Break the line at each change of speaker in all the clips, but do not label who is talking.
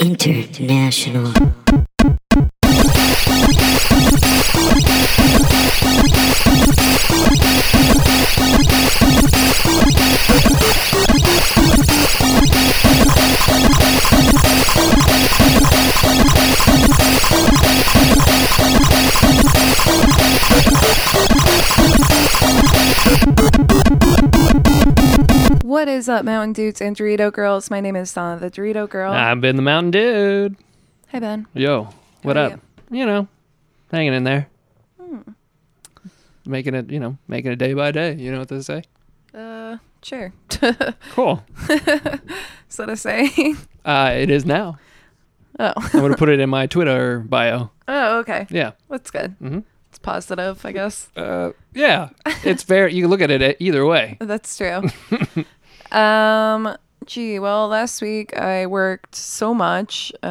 International.
What is up, Mountain Dudes and Dorito Girls? My name is Donna, the Dorito Girl.
I've been the mountain dude.
Hi, Ben.
Yo, what
How are
up? You? know, hanging in there. Hmm. Making it, you know, making it day by day. You know what they say?
Uh, sure. Is
Cool.
that a saying?
Uh, it is now.
Oh,
I'm going to put it in my Twitter bio.
oh, okay.
Yeah.
That's good.
Mhm.
It's positive, I guess.
Uh, yeah. It's very, you can look at it e- either way.
That's true. um, gee, well, last week I worked so much. Uh,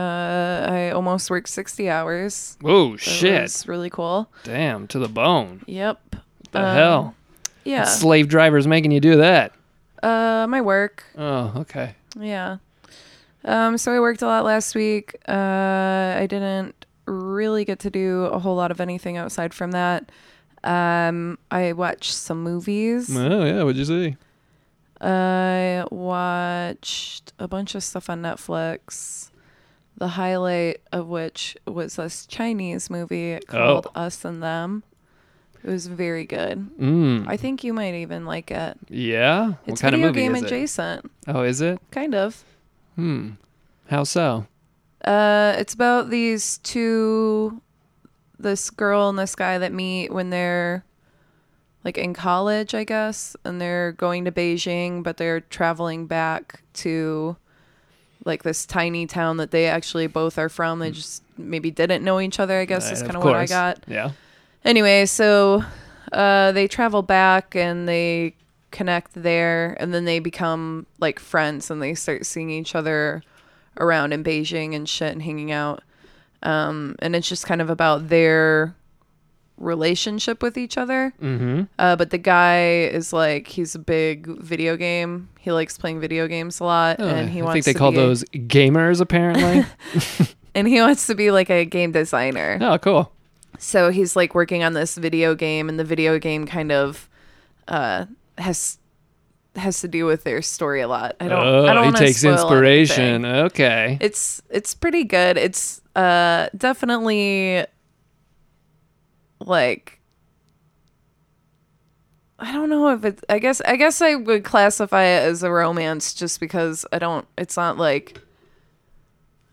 I almost worked sixty hours.
Whoa,
That
shit.
was really cool.
Damn, to the bone.
Yep.
The
Um,
hell?
Yeah.
Slave drivers making you do that.
Uh, my work.
Oh, okay.
Yeah. Um, so I worked a lot last week. Uh, I didn't really get to do a whole lot of anything outside from that. Um, I watched some movies.
Oh, yeah. What'd you see?
I watched a bunch of stuff on Netflix. The highlight of which was this Chinese movie called
Oh.
Us and Them. It was very good.
Mm.
I think you might even like it.
Yeah.
It's
what kind of
video
movie
game
is it?
adjacent,
Oh, is it?
kind of.
Hmm. How so?
Uh, it's about these two, this girl and this guy that meet when they're like in college, I guess, and they're going to Beijing, but they're traveling back to like this tiny town that they actually both are from. They just maybe didn't know each other, I guess,
Hmm. Right,
is
of
kind of what I
course.
got.
Yeah.
Anyway, so uh, they travel back and they connect there, and then they become like friends and they start seeing each other around in Beijing and shit and hanging out. Um, and it's just kind of about their relationship with each other.
Mm-hmm.
Uh, but the guy is like, he's a big video game. He likes playing video games a lot, and he
Oh, I
wants.
think they
to
call
be
those gamers, apparently.
and he wants to be like a game designer.
oh, cool.
so he's like working on this video game and the video game kind of uh has has to do with their story a lot i don't
Oh,
i don't
he
wanna
takes
spoil
inspiration.
anything.
Okay.
it's it's pretty good it's uh definitely like I don't know if it's I guess I guess I would classify it as a romance just because I don't it's not like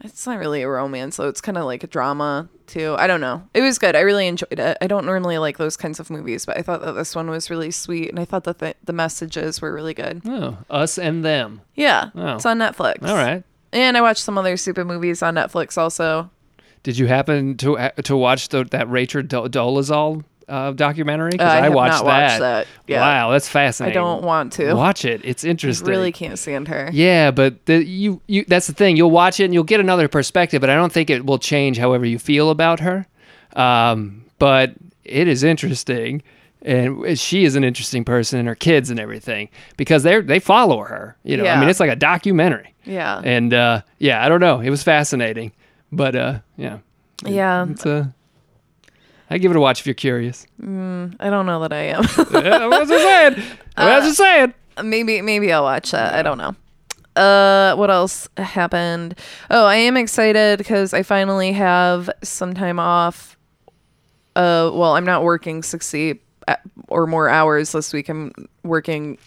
it's not really a romance, so it's kind of like a drama too. I don't know. It was good. I really enjoyed it. I don't normally like those kinds of movies, but I thought that this one was really sweet, and I thought that the, the messages were really good.
Oh, us and them.
Yeah,
Oh.
it's on Netflix.
All right.
And I watched some other stupid movies on Netflix also.
Did you happen to to watch the, that Rachel Do- Dolezal uh, documentary?
Uh, I
I
have
watched
not
that.
watched that. Yeah.
Wow, that's
I
fascinating.
don't want to.
watch it. It's interesting.
Really can't stand her.
Yeah, but the, you you that's the thing. You'll watch it and you'll get another perspective, but I don't think it will change however you feel about her. Um, but it is interesting, and she is an interesting person, and her kids and everything because they they follow her. You know, I mean,
Yeah.
it's like a documentary.
Yeah.
And uh, yeah, I don't know. It was fascinating, but uh, yeah,
yeah.
it's uh, I give it a watch if you're curious.
I don't know that I am.
yeah, that's what I'm saying. That's what
Uh,
I'm saying.
maybe maybe I'll watch that. I don't know. Uh, what else happened? Oh, I am excited because I finally have some time off. Uh, well, I'm not working sixty uh, or more hours this week. I'm working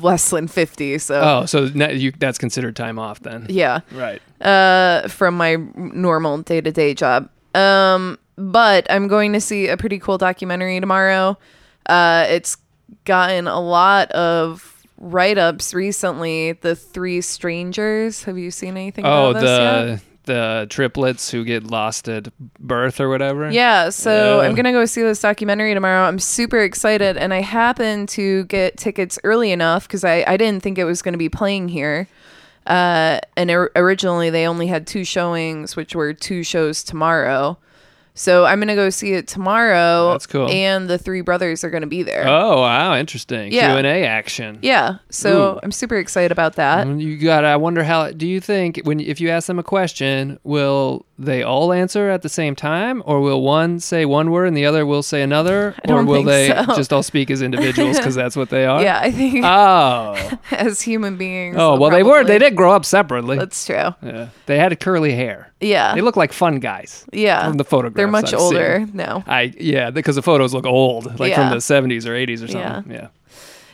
less than fifty. So
Oh, so now you, that's considered time off then.
yeah,
Right.
uh, from my normal day to day job. Um, but I'm going to see a pretty cool documentary tomorrow. Uh, it's gotten a lot of write ups recently. The Three Strangers. Have you seen anything
Oh,
about this
the
yet?
the triplets who get lost at birth or whatever.
Yeah, so
Yeah.
I'm gonna go see this documentary tomorrow. I'm super excited, and I happened to get tickets early enough because I, I didn't think it was gonna be playing here. Uh, and or- originally they only had two showings, which were two shows tomorrow. So I'm gonna go see it tomorrow.
That's cool.
And the three brothers are gonna be there.
Oh wow, interesting.
Yeah.
Q and A action.
yeah. So
Ooh.
I'm super excited about that.
And You got. I wonder how. Do you think when if you ask them a question, will they all answer at the same time, or will one say one word and the other will say another,
I
or
don't
will
think
they
so.
just all speak as individuals because that's what they are?
Yeah, I think
Oh.
as human beings.
Mm-hmm. Oh
they'll
well, they were.
probably-
They did grow up separately.
That's true.
yeah. They had curly hair.
Yeah.
They look like fun guys.
yeah.
from the photographs
They're much
I've seen.
older now.
I yeah, because the photos look old, like
Yeah.
from the seventies or eighties or
Yeah.
something. Yeah.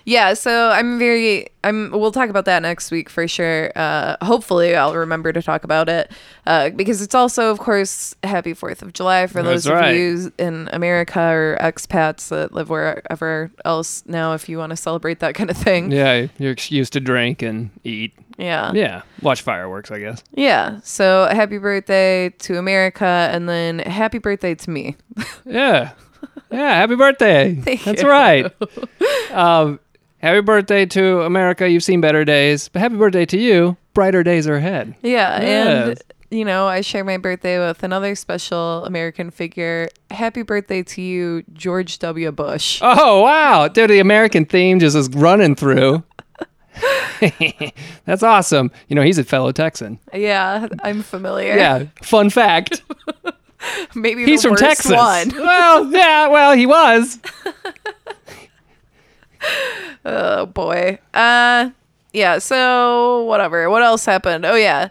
Yeah, so I'm very I'm we'll talk about that next week for sure. Uh hopefully I'll remember to talk about it. Uh because it's also of course happy 4th of July for
That's
those
right.
of you in America or expats that live wherever else now if you want to celebrate that kind of thing.
Yeah, your excuse to drink and eat.
Yeah.
Yeah, watch fireworks, I guess.
Yeah. So happy birthday to America and then happy birthday to me.
Yeah, yeah. Happy birthday.
Thank
That's
you.
right. Um, happy birthday to America. You've seen better days, but happy birthday to you. Brighter days are ahead.
Yeah, and
Yes.
you know, I share my birthday with another special American figure. Happy birthday to you, George W. Bush.
Oh wow, dude! The American theme just is running through. That's awesome. You know, he's a fellow Texan.
Yeah, I'm familiar.
Yeah. Fun fact.
maybe
He's
the
from
worst
Texas.
One.
well, yeah, well, he was.
Oh boy. Uh, yeah. So whatever. What else happened? Oh yeah.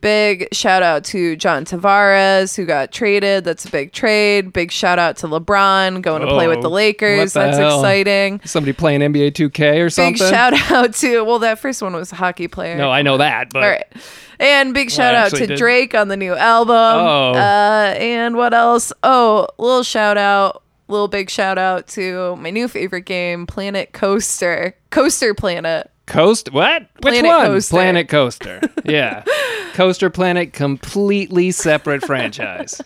Big shout out to John Tavares who got traded. That's a big trade. Big shout out to LeBron going to play with
Oh,
the Lakers.
what the
That's
hell?
exciting.
Somebody playing NBA 2K or something.
Big shout out to well, that first one was a hockey player.
No, I know that, but
All right. And big shout
I
out
actually
to
did.
Drake on the new album.
Oh.
Uh, and what else? Oh, little shout out, little big shout out to my new favorite game, Planet Coaster. Coaster Planet.
Coast what? Which
Planet
one?
Coaster.
Planet Coaster. Yeah. Coaster Planet completely separate franchise.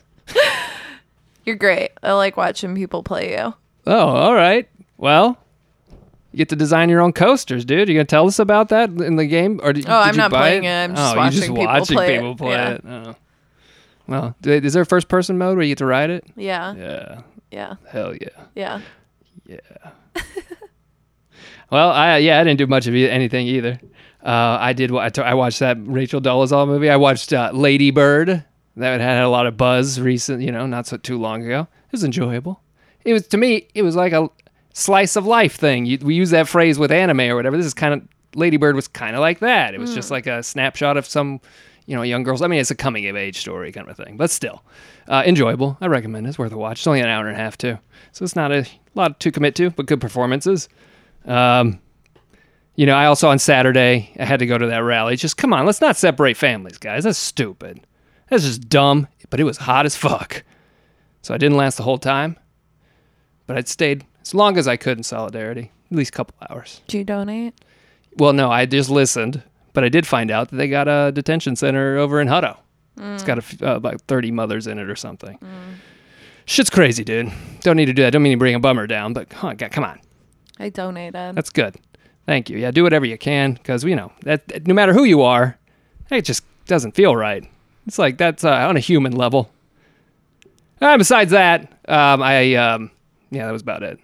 You're great. I like watching people play you.
Oh, all right. Well, you get to design your own coasters, dude. You gonna tell us about that in the game, or did,
Oh,
did
I'm
you
not
buy
playing
it?
it. I'm just
oh, you're just
watching people
watching
play it.
people play
Yeah.
it. Oh. Well, do- is there a first person mode where you get to ride it?
Yeah. Yeah.
Yeah.
Yeah.
Hell yeah. Well, I yeah, I didn't do much of e- anything either. Uh, I did. wa- I t- I watched that Rachel Dolezal movie. I watched uh, Lady Bird. That had a lot of buzz recent, you know, not so too long ago. It was enjoyable. It was to me. It was like a slice of life thing. You, we use that phrase with anime or whatever. This is kind of Lady Bird was kind of like that. It was just like a snapshot of some, you know, young girls. I mean, it's a coming of age story kind of a thing, but still uh, enjoyable. I recommend it. It's worth a watch. It's only an hour and a half too, so it's not a lot to commit to, but good performances. Um, you know, I also on Saturday I had to go to that rally. It's Just come on, let's not separate families, guys. That's stupid. That's just dumb. But it was hot as fuck, so I didn't last the whole time. But I'd stayed as long as I could in solidarity, at least a couple hours.
Do you donate?
Well, no, I just listened, but I did find out that they got a detention center over in Hutto. It's got a f uh, about 30 mothers in it or something. Shit's crazy, dude. Don't need to do that. Don't mean to bring a bummer down, but come on, God, come on.
I donated.
That's good. Thank you. Yeah, do whatever you can because you know that, that- no matter who you are, it just doesn't feel right. It's like that's uh, on a human level. Uh, besides that, um, I um, yeah, that was about it.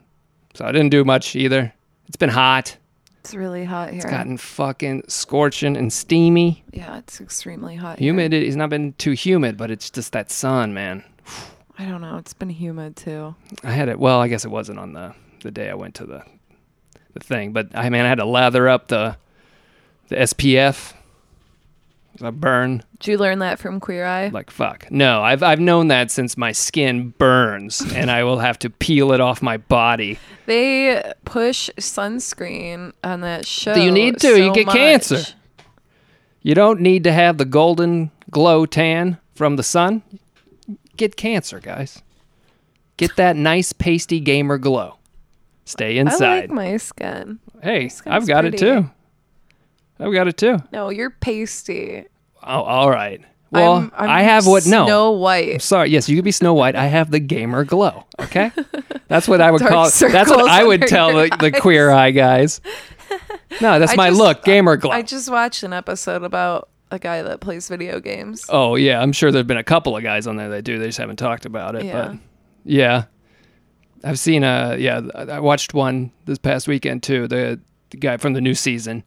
So I didn't do much either. It's been hot,
It's really hot here.
gotten fucking scorching and steamy.
yeah, it's extremely hot. here.
Humid. It's not been too humid, but it's just that sun, man.
I don't know. It's been humid too.
I had it. Well, I guess it wasn't on the the day I went to the the thing, but I mean, I had to lather up the the SPF. I burn
Did you learn that from Queer Eye?
like fuck. No, I've I've known that since my skin burns, and I will have to peel it off my body.
They push sunscreen on that show.
you need to.
so
You get
much.
cancer. You don't need to have the golden glow tan from the sun. Get cancer, guys. Get that nice pasty gamer glow. Stay
I
inside.
like my skin.
Hey,
skin's
I've got it
pretty.
too. I've got it too.
No, you're pasty.
Oh, all right. Well,
I'm- I'm
i have what? No.
Snow
I'm
White.
Sorry. Yes, you could be Snow White. I have the gamer glow. Okay, that's what I would
Dark
call. That's
circles
what I would
under
tell
your
the, the queer eye guys. No, that's
I
my
just-
look, gamer glow.
I just watched an episode about a guy that plays video games.
Oh yeah, I'm sure there've been a couple of guys on there that do. They just haven't talked about it.
Yeah.
But yeah, I've seen uh yeah I I watched one this past weekend too. The, the guy from the new season,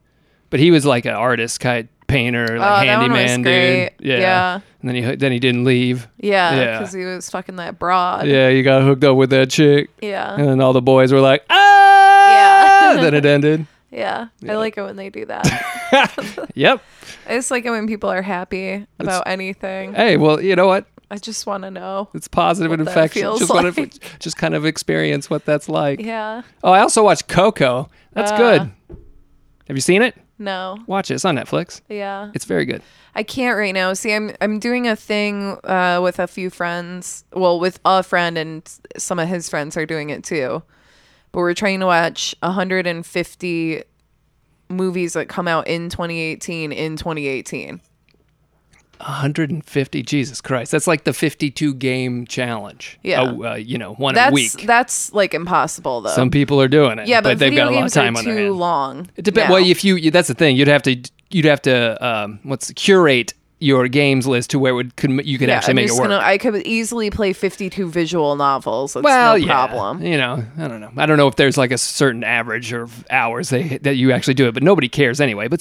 but he was like an artist, kind of painter, like
Oh, that one was
handyman
great.
dude. Yeah.
Yeah.
And then he then he didn't leave.
Yeah,
Yeah.
because he was fucking that broad.
Yeah, you got hooked up with that chick, and
Yeah.
then all the boys were like, ah.
Yeah.
then it ended.
Yeah. I like it when they do that.
Yep.
I just like it when people are happy about anything.
Hey, well, you know what?
I just want to know.
It's positive
What that
infection.
feels
Just
like.
want to just kind of experience what that's like.
Yeah.
Oh, I also watched Coco. That's
Ah.
good. Have you seen it?
No.
Watch it. It's on Netflix.
Yeah.
It's very good.
I can't right now. See, I'm I'm doing a thing uh, with a few friends. Well, with a friend and s- some of his friends are doing it too. But we're trying to watch 150 movies that come out in 2018 in 2018.
150. Jesus Christ. That's like the 52 game challenge.
Yeah.
Oh, uh, you know, one
That's
a week.
that's like impossible though.
Some people are doing it.
yeah, but,
they've
video
got a lot of
games
time
are
on
too
their hands.
long.
It depends.
now.
Well, if you, you that's the thing. You'd have to you'd have to um, what's curate your games list to where it would could you could
yeah,
actually
I'm
make it
just
work.
gonna. I could easily play 52 visual novels. It's no
yeah.
problem.
You know, I don't know. I don't know if there's like a certain average or hours they, that you actually do it, but nobody cares anyway. But